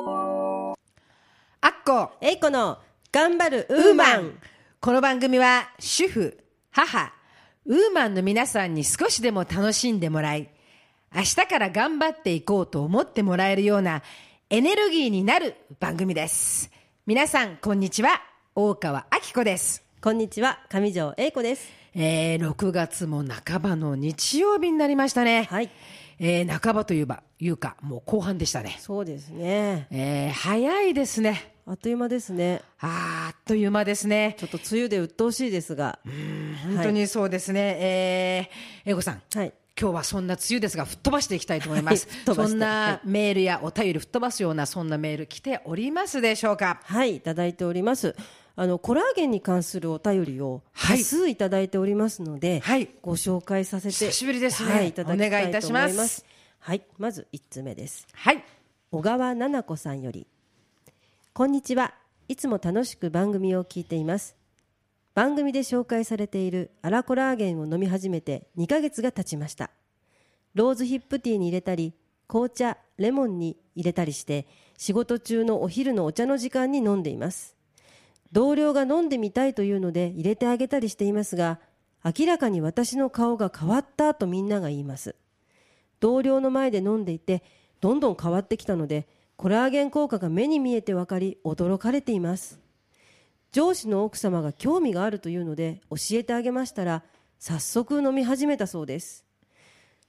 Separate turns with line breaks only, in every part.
アッコ
えいこの頑張るウーマン
この番組は主婦母ウーマンの皆さんに少しでも楽しんでもらい明日から頑張っていこうと思ってもらえるようなエネルギーになる番組です皆さんこんにちは大川明子です
こんにちは上条えいこです
えー、6月も半ばの日曜日になりましたね。
はい
えー、半ばといえば、いうか、もう後半でしたね。
そうですね
えー、早いですね。
あっという間ですね
あーあっという間ですね。
ちょっと梅雨で鬱陶しいですが
本当にそうですね。えー、英子さん。
はい
今日はそんな梅雨ですが、吹っ飛ばしていきたいと思います。
はい吹っ飛ば
そ
して
ん
は
ないメールやお便り吹っ飛ばすような、そんなメール来ておりますでしょうか。
はいいただいておりますあのコラーゲンに関するお便りを
は
多
い
数いただいておりますので、
はい
ご紹介させて
久しぶりですね
はい、いただきたいと思い
お願いいたし
ま
ます
すはいまず一つ目です
はい。
小川奈々子さんよりこんにちはいつも楽しく番組を聞いています番組で紹介されているアラコラーゲンを飲み始めて2ヶ月が経ちましたローズヒップティーに入れたり紅茶レモンに入れたりして仕事中のお昼のお茶の時間に飲んでいます同僚が飲んでみたいというので入れてあげたりしていますが明らかに私の顔が変わったとみんなが言います同僚の前で飲んでいてどんどん変わってきたのでコラーゲン効果が目に見えて分かり驚かれています上司の奥様が興味があるというので教えてあげましたら早速飲み始めたそうです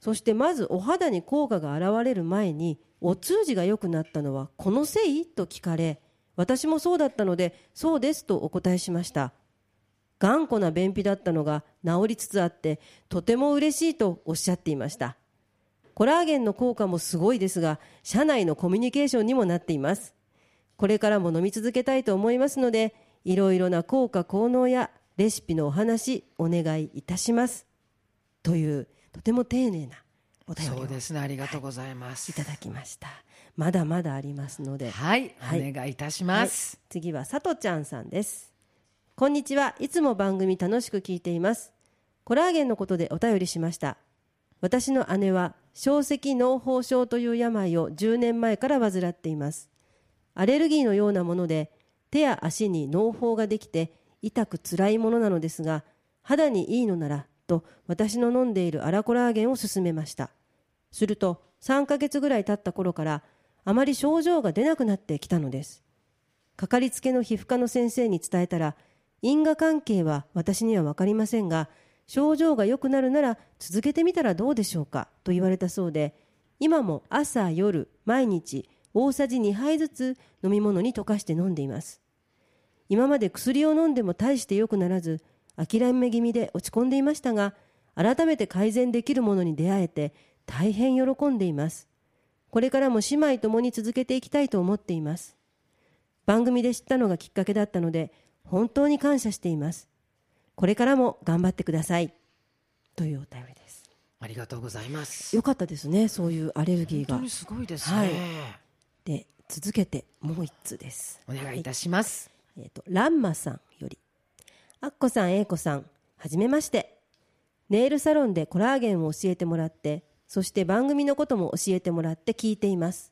そしてまずお肌に効果が現れる前にお通じが良くなったのはこのせいと聞かれ私もそうだったのでそうですとお答えしました頑固な便秘だったのが治りつつあってとても嬉しいとおっしゃっていましたコラーゲンの効果もすごいですが社内のコミュニケーションにもなっていますこれからも飲み続けたいと思いますのでいろいろな効果効能やレシピのお話お願いいたしますというとても丁寧なお便り
そ
を
うですね。ありがとうございます。
いただきましたまだまだありますので
はい。
はい
お願いいたします。
はい次はさとちゃんさんですこんにちはいつも番組楽しく聞いていますコラーゲンのことでお便りしました私の姉は小石脳胞症という病を10年前から患っていますアレルギーのようなもので手や足に脳胞ができて痛くつらいものなのですが肌にいいのならと私の飲んでいるアラコラーゲンを勧めましたすると3ヶ月ぐらい経った頃からあまり症状が出なくなってきたのですかかりつけの皮膚科の先生に伝えたら因果関係は私には分かりませんが症状が良くなるなら続けてみたらどうでしょうかと言われたそうで今も朝夜毎日大さじ2杯ずつ飲み物に溶かして飲んでいます今まで薬を飲んでも大して良くならず諦め気味で落ち込んでいましたが改めて改善できるものに出会えて大変喜んでいますこれからも姉妹ともに続けていきたいと思っています番組で知ったのがきっかけだったので本当に感謝していますこれからも頑張ってくださいというお便りです
ありがとうございます。
よかったですねそういうアレルギー
本
が
当にすごいですね。
はいで続けてもう一つです
お願いいたします。
えー、とランマさんよりアッコさん、エイコさん、はじめまして。ネイルサロンでコラーゲンを教えてもらって、そして番組のことも教えてもらって聞いています。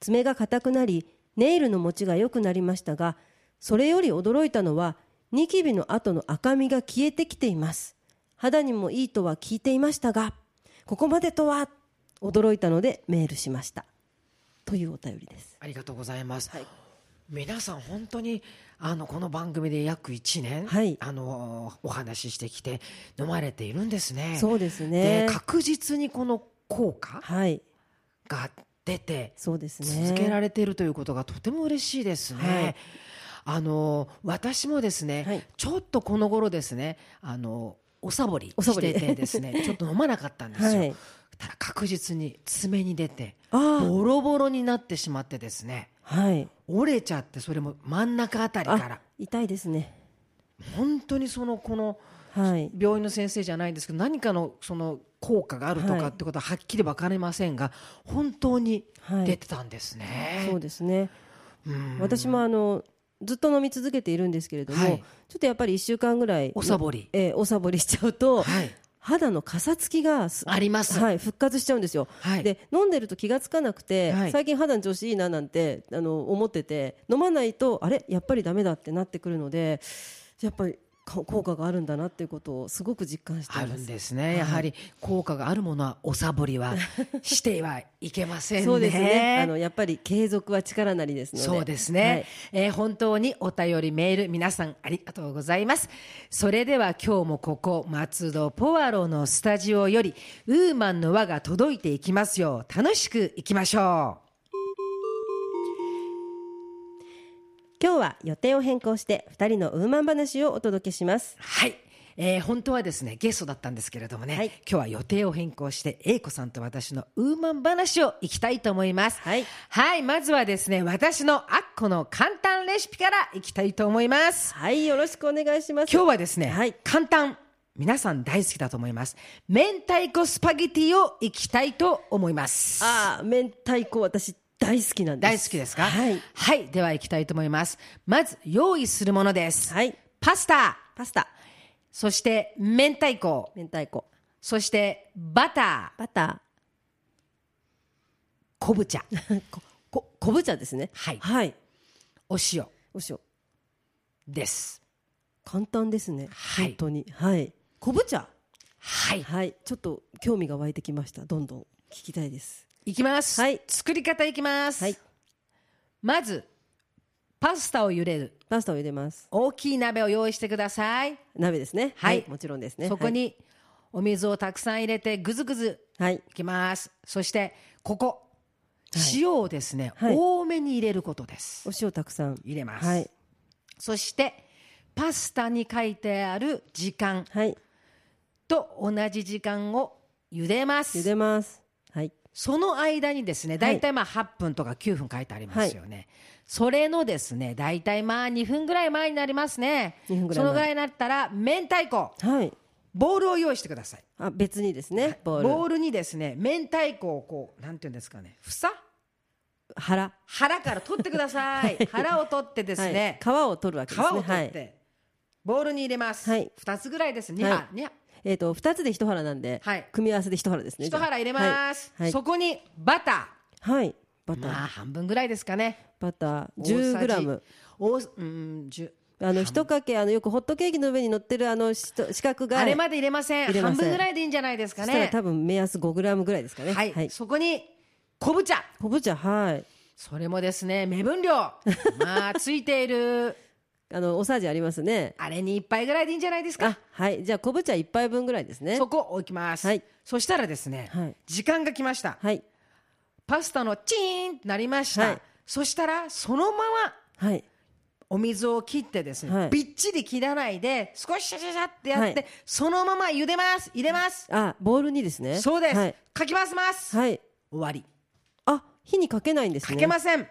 爪が硬くなり、ネイルの持ちが良くなりましたが、それより驚いたのは、ニキビの後の赤みが消えてきています。肌にもいいとは聞いていましたが、ここまでとは驚いたのでメールしました。というお便りです。
ありがとうございます。
はい
皆さん本当にあのこの番組で約1年、
はい
あのお話ししてきて飲まれているんですね。
そうです
で
ね。
確実にこの効果
はい。
が出て
そうですね。
続けられているということがとても嬉しいですね。
はい
あの私もですね、
はい
ちょっとこの頃ですねあのおさぼり
おさぼ
し
り
ててです ねちょっと飲まなかったんですよ。
はい
ただ確実に爪に出て
あ
ボロボロになってしまってですね
あ、はい。
折れちゃってそれも真ん中あたりから
あ、痛いですね。
本当にそのこの
はい。
病院の先生じゃないんですけど何かのその効果があると
は
か
い
ってことははっきり分かりませんが本当に
はい
出てたんですね。
そうですね。
うん
私もあのずっと飲み続けているんですけれども、
はい
ちょっとやっぱり一週間ぐらい
おさぼり、
えーおさぼりしちゃうと、
はい
肌のかさつきがす
あります
はい、復活しちゃうんですよ、
はい
で飲んでると気がつかなくて、
はい
最近肌の調子いいななんてあの思ってて飲まないとあれやっぱりダメだってなってくるのでやっぱりか効果があるんだなっていうことをすごく実感してい
あ
ます
るんですね。やはり効果があるものはおサボりはしてはいけませんね。
そうですねあのやっぱり継続は力なりですので
そうですね、
はい
えー本当にお便りメール皆さんありがとうございますそれでは今日もここ松戸ポワロのスタジオよりウーマンの輪が届いていきますよう楽しくいきましょ
今日は予定を変更して2人のウーマン話をお届けします
うはいえー本当はですねゲストだったんですけれどもね、
はい
今日は予定を変更して英子さんと私のウーマン話をいきたいと思います
はい
はいまずはですね私のアッコの簡単レシピからいきたいと思います
はいよろしくお願いします
今日はですね、
はい
簡単皆さん大好きだと思います明太子スパゲティをいきたいと思います
ああ明太子私大好きなんです
大好きですか
はい、
はい、ではいきたいと思いますまず用意するものです、
はい、
パスタ
パスタ
そして明太子
明太子
そしてバター
バタ
昆布 茶
ーここ昆布茶ですね
はい
はい
お塩
お塩
です
簡単ですね、
はい
本当にはい昆布茶
はい
はいちょっと興味が湧いてきましたどんどん聞きたいです
いきます、
はい
作り方いきます、
はい
まずパスタを茹でる
パスタを入れます
大きい鍋を用意してください
鍋ですね
はい
もちろんですね
そこにお水をたくさん入れてぐずぐず
はい、はい
いきますそしてここ
はい
塩をですね、
はい
多めに入れることです
お塩たくさん
入れます、
はい
そしてパスタに書いてある時間
はい
と同じ時間を茹でます
茹でますはい
その間にですね
はい
大体まあ8分とか9分書いてありますよね、それのですね大体まあ2分ぐらい前になりますね
2分ぐら
そ
い前
のぐらいになったら明太子
はい
ボールを用意してください
あ別にですねボ
ボ
ー
ー
ル
ルにですね明太子をこうなんていうんですかね房
腹
腹から取ってください、腹を取ってですね、
はい、皮を取るわけですね
皮を取っ
はい、
てボールに入れます、
は
二
い
2つぐらいです2
はい
は2
えっ、と二つで一腹なんで、
はい
組み合わせで一腹ですね
1腹入れます、
はい、はい
そこにバタ
はいバ
ー
ター、
まあ半分ぐらいですかね
バター10グラム
大さじ大うん10
あの一かけあのよくホットケーキの上に乗ってるあのしと四角が
あれまで入れません
入れません
半分ぐらいでいいんじゃないですか
そしたら
ね
多分目安5グラムぐらいですかね
はい、そこに昆布茶
昆布茶はい
それもですね目 分量まあついている
あのおさじありますね
あれに1杯ぐらいでいいんじゃないですか
あはいじゃあ昆布茶一杯分ぐらいですね
そこ置きます、
はい
そしたらですね、
はい
時間が来ました、
はい
パスタのチーンってなりました、
はい
そしたらそのまま
はい
お水を切ってですね、
はい
びっちり切らないで少しシャシャシャってやって、
はい
そのまま茹でます入れます、
あボウルにですね
そうです、
はい、
かき回します、
はい、
終わり
あ火にかけないんです
か
ね
けません、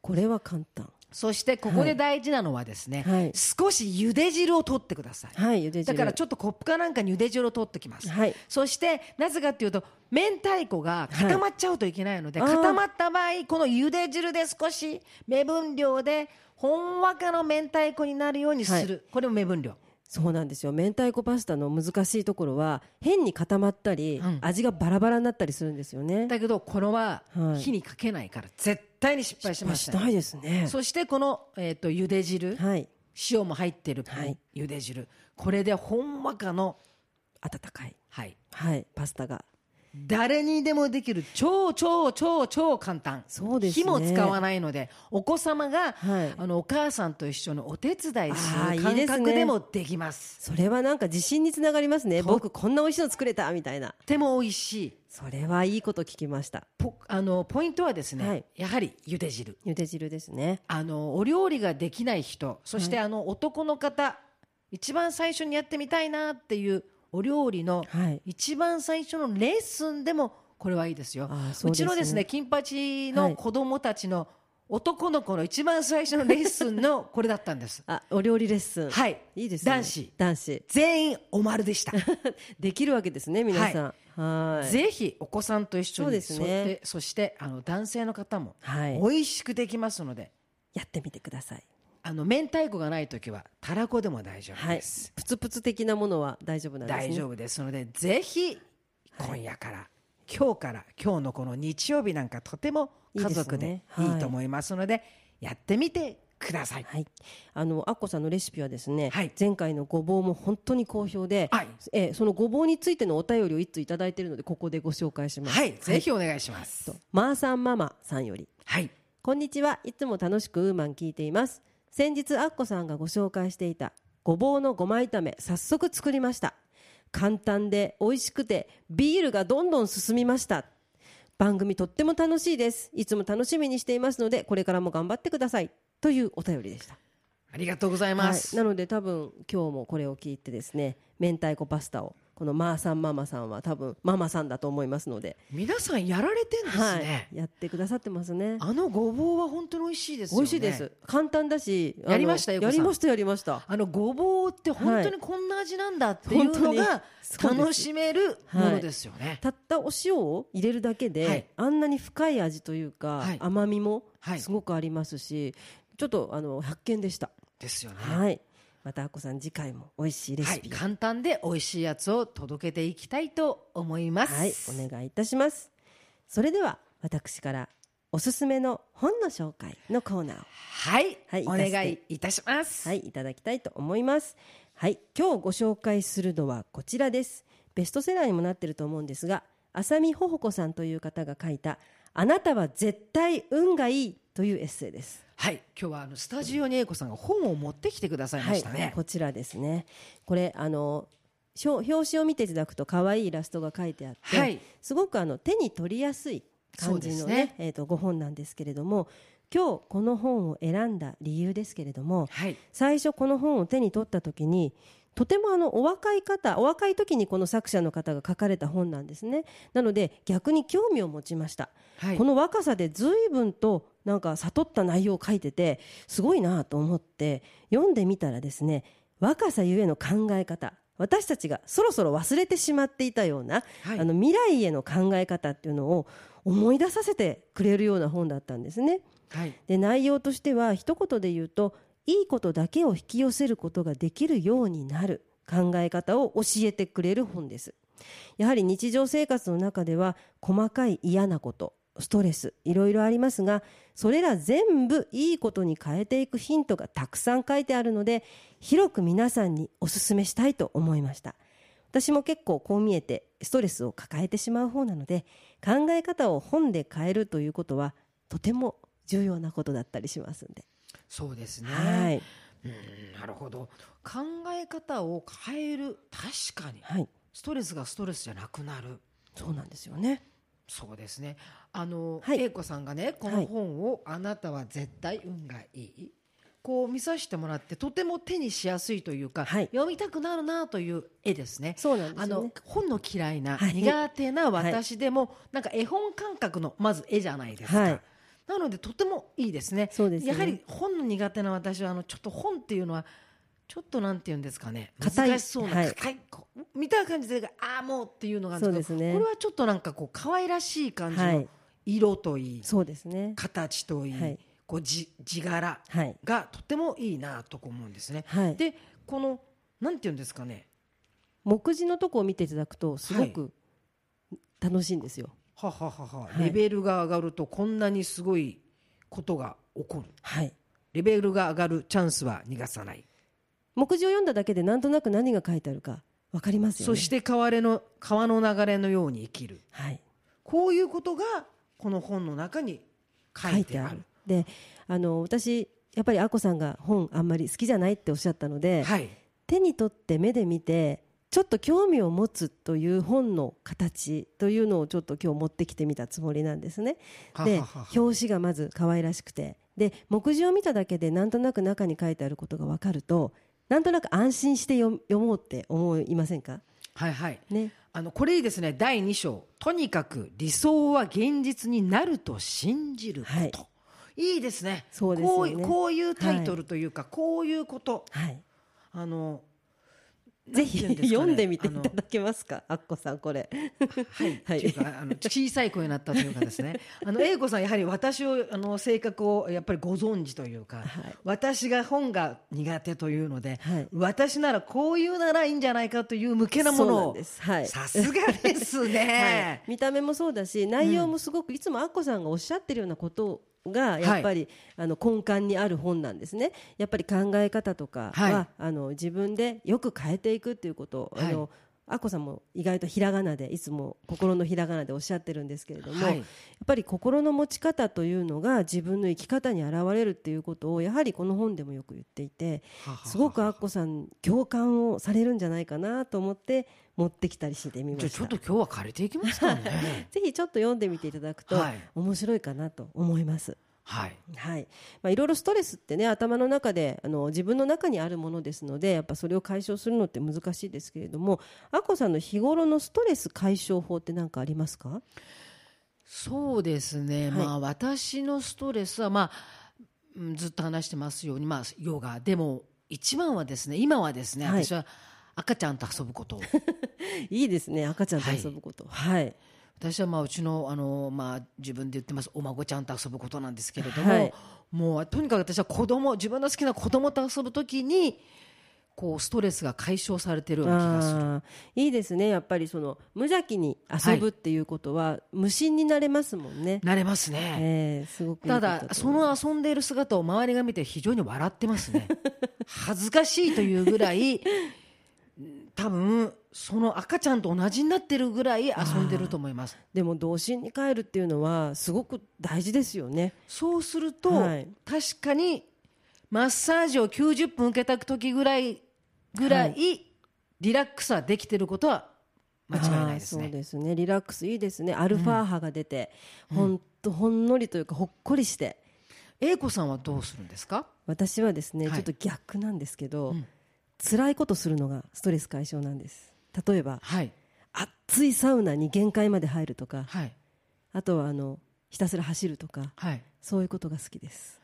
これは簡単
そしてここで大事なのはですね、
はい
少し茹で汁を取ってください、
はい茹で汁
だからちょっとコップかなんかに茹で汁を取ってきます、
はい
そしてなぜかっていうと明太子が固まっちゃうといけないので、
はいあー
固まった場合この茹で汁で少し目分量でほんわかの明太子になるようにする、これも目分量
そうなんですよ明太子パスタの難しいところは変に固まったり、
ん
味がバラバラになったりするんですよね
だけどこれは
はい
火にかけないから絶対に失敗しま
し
せん、
たいですね
そしてこの、えー、と茹で汁、
はい
塩も入ってる
はい
茹で汁これでほんわかの
温かい
はい
はいパスタが
誰にでもできる超超超超簡単
そうです
火
ね
も使わないのでお子様が、
はい
あのお母さんと一緒にお手伝いす
あーい
る
いですね
感覚でもできます
それはなんか自信につながりますね
と
僕こんな美味しいの作れたみたいな
とても美味しい
それはいいこと聞きました
ポあのポイントはですね、
はい
やはり茹で汁
茹で汁ですね
あのお料理ができない人そして、あの男の方一番最初にやってみたいなっていうお料理の
はい
一番最初のレッスンでもこれはいいですよ。
あー
う
そうです
ち
ね
のですね金八
は
の
い
子供たちの男の子の一番最初のレッスンのこれだったん です。
あお料理レッスンい
はい、
いですね
男子
男子
全員おまるでした。
できるわけですね皆さんはい
ぜひお子さんと一緒
そう
に
ですね
添えてそしてあの男性の方も
はい
美味しくできますので、
やってみてください
あの明太子がない時はたらこでも大丈夫
はい
です、。
プツプツ的なものは大丈夫なんですね。
大丈夫ですのでぜひ今夜から、今日から今日のこの日曜日なんかとても家族
いい
で
ですね
いいと思いますのでやってみてください。
はい、あのアッコさんのレシピはですね、
はい
前回のごぼうも本当に好評で、
はい
えーそのごぼうについてのお便りを一通いただいているのでここでご紹介します。
はい、ぜひお願いします。
とマーさんママさんより
はい、
こんにちはいつも楽しくウーマン聞いています先日アッコさんがご紹介していたごぼうのごま炒め早速作りました簡単で美味しくてビールがどんどん進みました番組とっても楽しいですいつも楽しみにしていますのでこれからも頑張ってくださいというお便りでした
ありがとうございます。
はい、なので多分今日もこれを聞いてですね明太子パスタをこのマーさんママさんは多分ママさんだと思いますので
皆さんやられてんですね。
はい、やってくださってますね
あのごぼうは本当に美味しいですよ
美
ね。
味しいです簡単だしあの
やりましたよゆ
や
こさん
りましたやりました
あのごぼうって本当にこんな味なんだっていうの
はい
が
本当に
楽しめるものですよね。
たったお塩を入れるだけで、
はい
あんなに深い味というか、
はい
甘みも
はい
すごくありますし、ちょっとあの発見でした
ですよね。
はいまたあこさん次回も美味しいレ
は
シ
い、
ピを
簡単で美味しいやつを届けていきたいと思います。
はい、お願いいたします。それでは私からおすすめの本の紹介のコーナーを
はい、
はい
お願いいたします。
はいいただきたいと思います。はい、今日ご紹介するのはこちらです。ベストセラーにもなってると思うんですが、浅見ほほこさんという方が書いたあなたは絶対運がいいというエッセイです。
はい、今日はあのスタジオに英子さんが本を持ってきてくださいました
はい、
ね。
こちらですね。これあの表表紙を見ていただくと可愛いイラストが書いてあって、
はい
すごくあの手に取りやすい感じ
そうです
のね
ね
えー、とご本なんですけれども今日この本を選んだ理由ですけれども
はい、
最初この本を手に取った時にとてもあのお若い方お若い時にこの作者の方が書かれた本なんですねなので逆に興味を持ちました、
はい
この若さで随分となんか悟った内容を書いててすごいなと思って読んでみたらですね若さゆえの考え方私たちがそろそろ忘れてしまっていたような、
はい
あの未来への考え方っていうのを思い出させてくれるような本だったんですね。
はい、
で内容としては一言で言うといいことだけを引き寄せることができるようになる考え方を教えてくれる本ですやはり日常生活の中では細かい嫌なことストレスいろいろありますがそれら全部いいことに変えていくヒントがたくさん書いてあるので広く皆さんにお勧めしたいと思いました私も結構こう見えてストレスを抱えてしまう方なので考え方を本で変えるということはとても重要なことだったりしますんで、
そうですね。
はい、
うん、なるほど。考え方を変える、確かに
はい、
ストレスがストレスじゃなくなる。
そうなんですよね
そうですね。あの、
はい
英子さんがね、こ
は
の
い
本を、あなたは絶対運がいい。こう見させてもらって、とても手にしやすいというか、
はい
読みたくなるなという絵ですね。
そうなんで
あ
すよ
の
ね
本の嫌いな、
はい
苦手な私でも、なんか絵本感覚のまず絵じゃないですか、
はい
なのでとてもいいですね
そうですね
やはり本の苦手な私はあのちょっと本っていうのはちょっとなんて言うんですかね
硬い
難しそうな、
はい
硬いこう見た感じでああもうっていうのがあるんですけ
そ
ど
うですね
これはちょっとなんかこう可愛らしい感じ
は
の
い
色といい、
そうですね
形といい、
はい
こうじ字柄
はい
がとてもいいなとこ思うんですね。
はい
でこのなんて言うんですかね
目次のとこを見ていただくとすごく楽しいんですよ
はははは、
はい
レベルが上がるとこんなにすごいことが起こる
はい、
レベルが上がるチャンスは逃がさない、
目次を読んだだけでなんとなく何が書いてあるかわかりますよ
そ
ね
して川れの川の流れのように生きる
はい、
こういうことがこの本の中に書いてある
であの私やっぱりあこさんが本あんまり好きじゃないっておっしゃったので、
はい
手に取って目で見てちょっと興味を持つという本の形というのをちょっと今日持ってきてみたつもりなんですね。で
はははは
表紙がまず可愛らしくてで目次を見ただけでなんとなく中に書いてあることが分かるとなんとなく安心して読読もうって思いませんか
はいはい
ね
あのこれいいですね第2章とにかく理想は現実になると信じること、
はい
い、いですね
そうですよね
こういこういうタイトルというか、こういうこと
はい
あの
ぜひ
なんていうんですかね
読んでみてい
あの
ただけますかアッコさんこれ
はい、
はい
というかあの小さい声になったというかです ねあの英子さんやはり私をあの性格をやっぱりご存知というか、
はい
私が本が苦手というので、
はい
私ならこういうならいいんじゃないかという向けなも
そう
の
なん
を
ですはい
さすがです
はい
ね、
見た目もそうだし内容もすごくいつもアッコさんがおっしゃってるようなことがやっぱり、あの根幹にある本なんですねやっぱり考え方とかは、
はい
あの自分でよく変えていくっていうことを、
はい
あのアッコさんも意外とひらがなでいつも心のひらがなでおっしゃってるんですけれど も、
はい
やっぱり心の持ち方というのが自分の生き方に現れるっていうことをやはりこの本でもよく言っていて
ははは
すごくアッコさん共感をされるんじゃないかなと思って持ってきたりしてみま
じゃ
し
あちょ
た
っと。今日は借りていきますかね
ぜひちょっと読んでみていただくと、
はい
面白いかなと思います。
はい
はい、まあいろいろストレスってね頭の中であの自分の中にあるものですのでやっぱそれを解消するのって難しいですけれども、あこさんの日頃のストレス解消法って何かありますか？
そうですね、
はい
まあ私のストレスは、まあ、うんずっと話してますように、まあ、ヨガでも一番はですね今はですね、
はい
私は赤ちゃんと遊ぶ こと
いいですね赤ちゃんと遊ぶこと。はい、
私はまあうちのあの、まあ、自分で言ってますお孫ちゃんと遊ぶことなんですけれども、
はい
もうとにかく私は子供自分の好きな子供と遊ぶときにこうストレスが解消されてるような気がする。
あーいいですねやっぱりその無邪気に遊ぶっていうことは、無心になれますもんね。
なれますね、
えー、すごくいい
た
ことだ
だ
と
そ
思いま
の遊んでいる姿を周りが見て非常に笑ってます ね恥ずかしいというぐらい多分その赤ちゃんと同じになってるぐらい遊んでると思います
すでも童心に帰るっていうのはすごく大事ですよね。
そうすると、
はい
確かにマッサージを90分受けた時ぐらいぐらい、
は
リラックスはできてることは間違いないです
あーそう
ね
ですね。リラックスいいですね。アルファ波が出て、ほんとほんのりというかほっこりして。
英子さんはどうするんですか
私はですね、
はい
ちょっと逆なんですけど、
うん
辛いことするのがストレス解消なんです。例えば
はい
暑いサウナに限界まで入るとか、
はい
あとはあのひたすら走るとか、
はい
そういうことが好きです。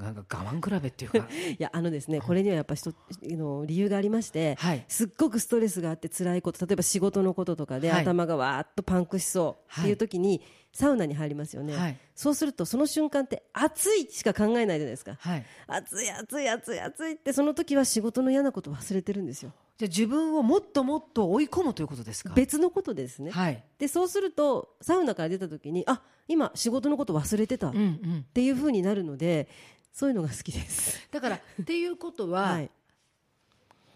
なんか我慢比べっていうか
いやあのですね、これにはやっぱ一つあの理由がありまして、
はい
すっごくストレスがあって辛いこと例えば仕事のこととかで
はい
頭がわーっとパンクしそうっていう時に、サウナに入りますよね、
はい
そうするとその瞬間って暑いしか考えないじゃないですか
はい
暑い暑い暑い暑いってその時は仕事の嫌なこと忘れてるんですよ
じゃあ自分をもっともっと追い込むということですか
別のことでですね、
はい。
でそうするとサウナから出た時にあ今仕事のこと忘れてたっ
うんうん。
ていう風になるのでそういうのが好きです
だから、っていうことは、
はい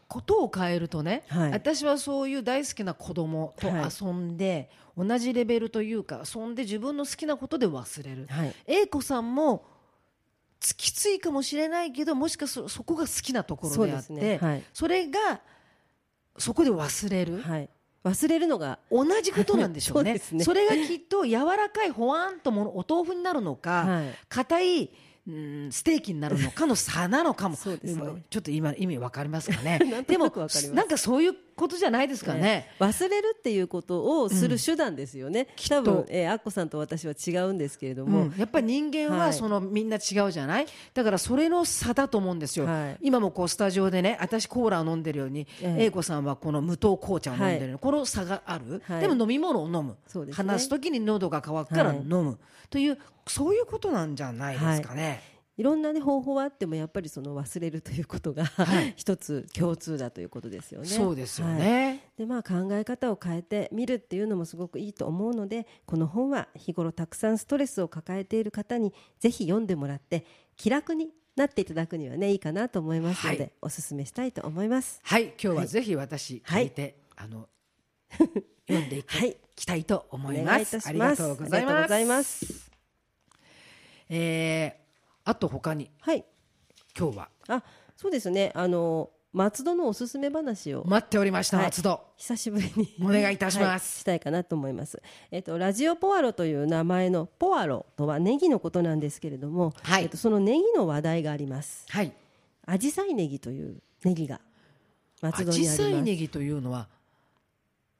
ことを変えるとね、
はい
私はそういう大好きな子供と
はい
遊んで、同じレベルというか、遊んで自分の好きなことで忘れる。
はい
英子さんも、きついかもしれないけど、もしかするとそこが好きなとこ
そ
ろ
う
であ
で
っ
す
て、
ねはい
それが、そこで忘れる。
はい忘れるのが
同じことなんでしょう
そう
ね。
ですね
れがきっと柔らかいほわんとものお豆腐になるのか、
はい
硬い、うん、ステーキになるのかの差なのかも。
そうですね
んちょっと今意味わかりますかね。
なんとなくわかります
でもなんかそういうことじゃないですかね。
ええ忘れるっていうことをする手段ですよね、
と
多分、えー、アッコさんと私は違うんですけれども、
うん、やっぱり人間
は
はいその、みんな違うじゃないだからそれの差だと思うんですよ、
はい
今もこうスタジオでね私コーラを飲んでるように、
ええ
英子さんはこの無糖紅茶を飲んでるように、この差がある、
はい
でも飲み物を飲む、
そうですね
話す時に喉が渇くから
はい
飲む、というそういうことなんじゃないですかね、
いろんな、ね、方法はあってもやっぱりその忘れるということが、 一つ共通だということですよね。
そうですよ
はい
ね、
でまあ、考え方を変えてみるっていうのもすごくいいと思うのでこの本は日頃たくさんストレスを抱えている方にぜひ読んでもらって気楽になっていただくにはねいいかなと思いますので、
はい
おすすめしたいと思います。
はい今日はぜひ私
はい
聞いて、あ の読んでいき,、
はい
たいと思い
お
ま
願いい
す
たします
ありがとうござい
ありがとう
ま
ご
す
ざいます
えーあと他に
はい
今日は
あそうですねあの松戸のおすすめ話を
待っておりました、
はい
松戸
久しぶりに
お願いいたします
したいかなと思います。えっとラジオポアロという名前のポアロとはネギのことなんですけれども、
はい
えっとそのネギの話題があります。
はい
アジサイネギというネギが松戸
紫
に
陽花
あります。
ネギというのは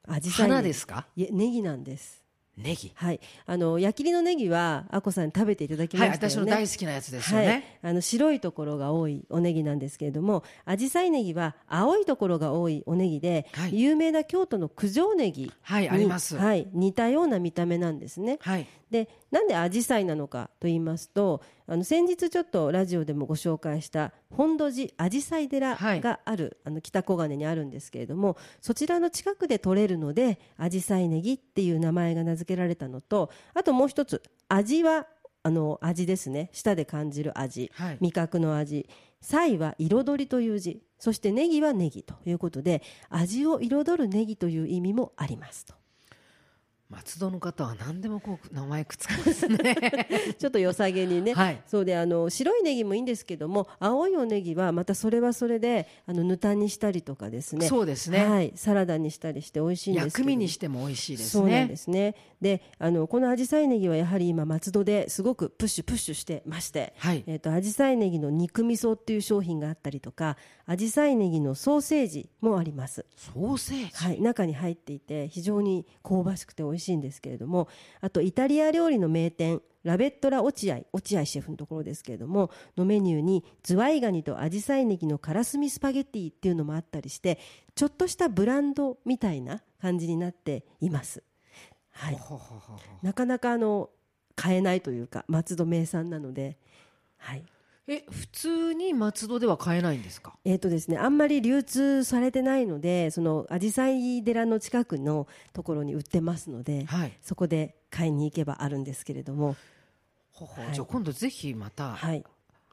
アジ
花ですか
いえネギなんです。
ねネギ
はい、あの焼きりのネギはあこさんに食べていただきま
はい
した
私
よ
の
ね。
大好きなやつですよね、
はい、あの白いところが多いおネギなんですけれども紫陽花ネギは青いところが多いおネギで、
はい
有名な京都の九条ネギに、
はいあります
はい、似たような見た目なんですね。
はい
でなんで紫陽花なのかと言いますとあの先日ちょっとラジオでもご紹介した本土寺紫陽花
は
寺
い
がある、あの北小金にあるんですけれどもそちらの近くで取れるので紫陽花ネギっていう名前が名付けられたのとあともう一つ味はあの味ですね舌で感じる味、
はい
味覚の味菜は彩りという字そしてネギはネギということで味を彩るネギという意味もありますと。
松戸の方は何でもこう名前くっつけますね
ちょっと良さげにね、
はい
そうであの白いネギもいいんですけども青いおネギはまたそれはそれであのぬたにしたりとかですね
そうですね
はい、サラダにしたりして美味しいんですけ
薬
ど
味にしても美味しいですね
そうなんですねであのこの紫陽花ネギはやはり今松戸ですごくプッシュプッシュしてまして、
はい
えー、と紫陽花ネギの肉味噌っていう商品があったりとか紫陽花ネギのソーセージもあります
ソーセージ、
はい、中に入っていて非常に香ばしくて美味しいんですけれどもあとイタリア料理の名店ラベットラ落合落合シェフのところですけれどものメニューにズワイガニとアジサイネギのからすみスパゲッティっていうのもあったりしてちょっとしたブランドみたいな感じになっています。はい、
ほほほほ
なかなかあの買えないというか松戸名産なので、はい、
え普通に松戸では買えないんですか
えーとですね、あんまり流通されてないのでその紫陽花寺の近くのところに売ってますので、
はい
そこで買いに行けばあるんですけれども、
ほほ、
はい
じゃあ今度ぜひまた
はい、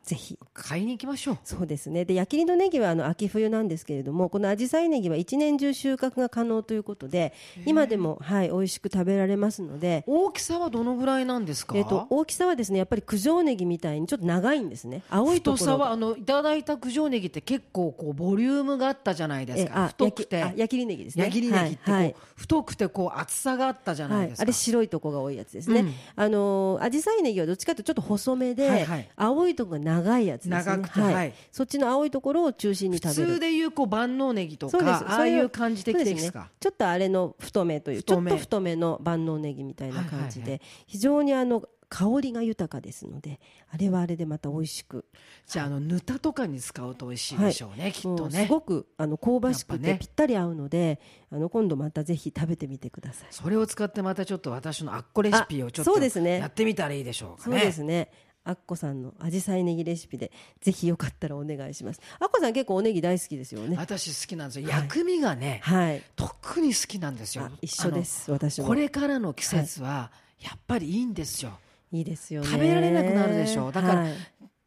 ぜひ
買いに行きましょう
そうですねで焼きりのネギはあの秋冬なんですけれどもこの紫陽花ネギは一年中収穫が可能ということで今でも、はい、美味しく食べられますので、
大きさはどのぐらいなんですか、
えー、と大きさはですねやっぱり九条ネギみたいにちょっと長いんですね青いところ
太
が
さはあのいただいた九条ネギって結構こうボリュームがあったじゃないです
え
か
あ
太くて
焼きあ焼きりネギですね
矢切ネギってこう、
はいはい
太くてこう厚さがあったじゃな
はいい
で、す
あ
か、
れ白いとこが多いやつですね、
うん
あのアジサイネギはどっちかというとちょっと細めで、
はいはい
青いとこが長いやつですね
長くてはい
そっちの青いところを中心に
普
食べる
通でいうこう万能ネギと
そうです
かああい
それ
う
を
感じで
そう
来てい
で
いですす
ね
か
ちょっとあれの太めという
太め
ちょっと太めの万能ネギみたいな感じで、
はいはいは
非常にあの香りが豊かですのであれはあれでまた美味しく
じゃああのぬたとかに使うと美味しいでしょうね、きっ
も
と
うす
ね
ごくあの香ばしく
やっぱ
て
ね
ぴったり合うので、あの今度またぜひ食べてみてください。
それを使ってまたちょっと私のあっこレシピをちょっ
あそ
と
うですね
やってみたらいいでしょうか
そう
ね
ですね。あっこさんの紫陽花ネギレシピでぜひよかったらお願いします。あっこさん結構おネギ大好きですよね。
私好きなんですよ薬味がね、
はい。
特に好きなんですよ
あ一緒です。私
あのこ
も。
れからの季節はやっぱりいいんですよ、
いいですよね。
食べられなくなるでしょうだから
はい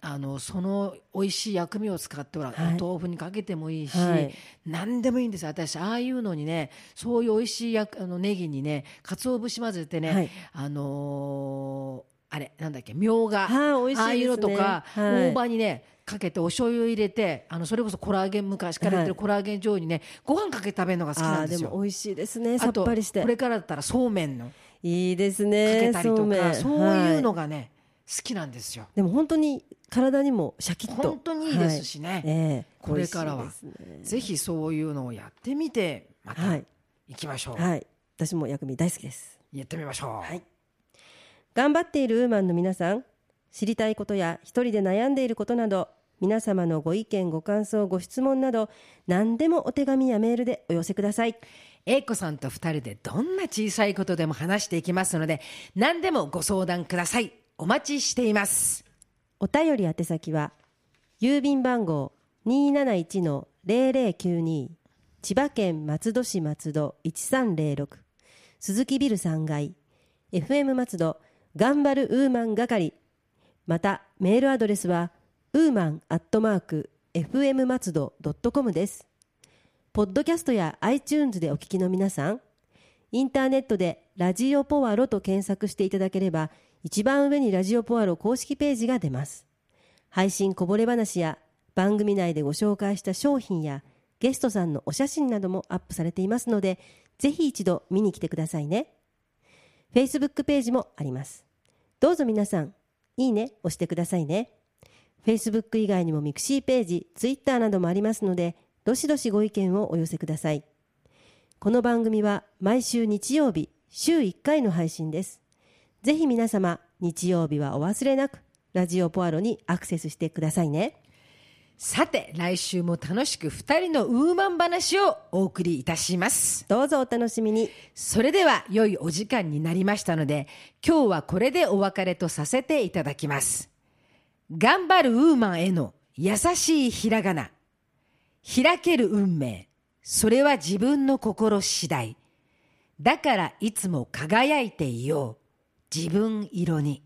あのその美味しい薬味を使ってほら、
はい
お豆腐にかけてもいいし、
はい
何でもいいんですよ私ああいうのにねそういう美味しいやあのネギにね鰹節混ぜてね、
はい
あのーあれなんだっけみょうが、
はい美味しいですね
ああいうのとか、
は
大
い
葉にねかけてお醤油入れてあのそれこそコラーゲン昔からやってる
はい
コラーゲン醤油にねご飯かけて食べるのが好きな
あ
ん
ー
で
です
よ。
も美味しいですね。さ
あ
っ
と
ぱりして
こ。れからだったらそうめんのか
いいです
け
ね。
たりと
そうめ
か
ん
そういうの
は
がね、好きなんですよ。
いでも本当に体にもシャキッと。
本当にいいですしね
はいええ
これからは
美味しいですね
ぜひそういうのをやってみてまた
はい
行きましょう、
はい。私も薬味大好きです。
やってみましょう、
い頑張っているウーマンの皆さん知りたいことや一人で悩んでいることなど皆様のご意見ご感想ご質問など何でもお手紙やメールでお寄せください
英子さんと二人でどんな小さいことでも話していきますので何でもご相談くださいお待ちしています
お便り宛先は郵便番号271の0092千葉県松戸市松戸1306鈴木ビル3階 FM 松戸頑張るウーマン係またメールアドレスはウーマンアットマーク FM 松戸 .com ですポッドキャストや iTunes でお聞きの皆さんインターネットで「ラジオポワロ」と検索していただければ一番上に「ラジオポワロ」公式ページが出ます配信こぼれ話や番組内でご紹介した商品やゲストさんのお写真などもアップされていますのでぜひ一度見に来てくださいね Facebook ページもありますどうぞ皆さんいいね押してくださいね Facebook 以外にもミクシーページ Twitter などもありますのでどしどしご意見をお寄せくださいこの番組は毎週日曜日週1回の配信です。ぜひ皆様、日曜日はお忘れなく、ラジオポアロにアクセスしてくださいね。
さて、来週も楽しく2人のウーマン話をお送りいたします。
どうぞお楽しみに。
それでは良いお時間になりましたので、今日はこれでお別れとさせていただきます。頑張るウーマンへの優しいひらがな。開ける運命。それは自分の心次第。だからいつも輝いていよう。自分色に。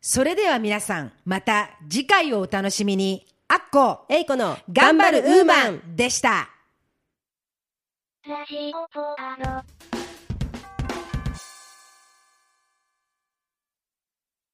それでは皆さん、また次回をお楽しみに。あっこ
えいこの、
頑張るウーマンでした。
ラジオポアド。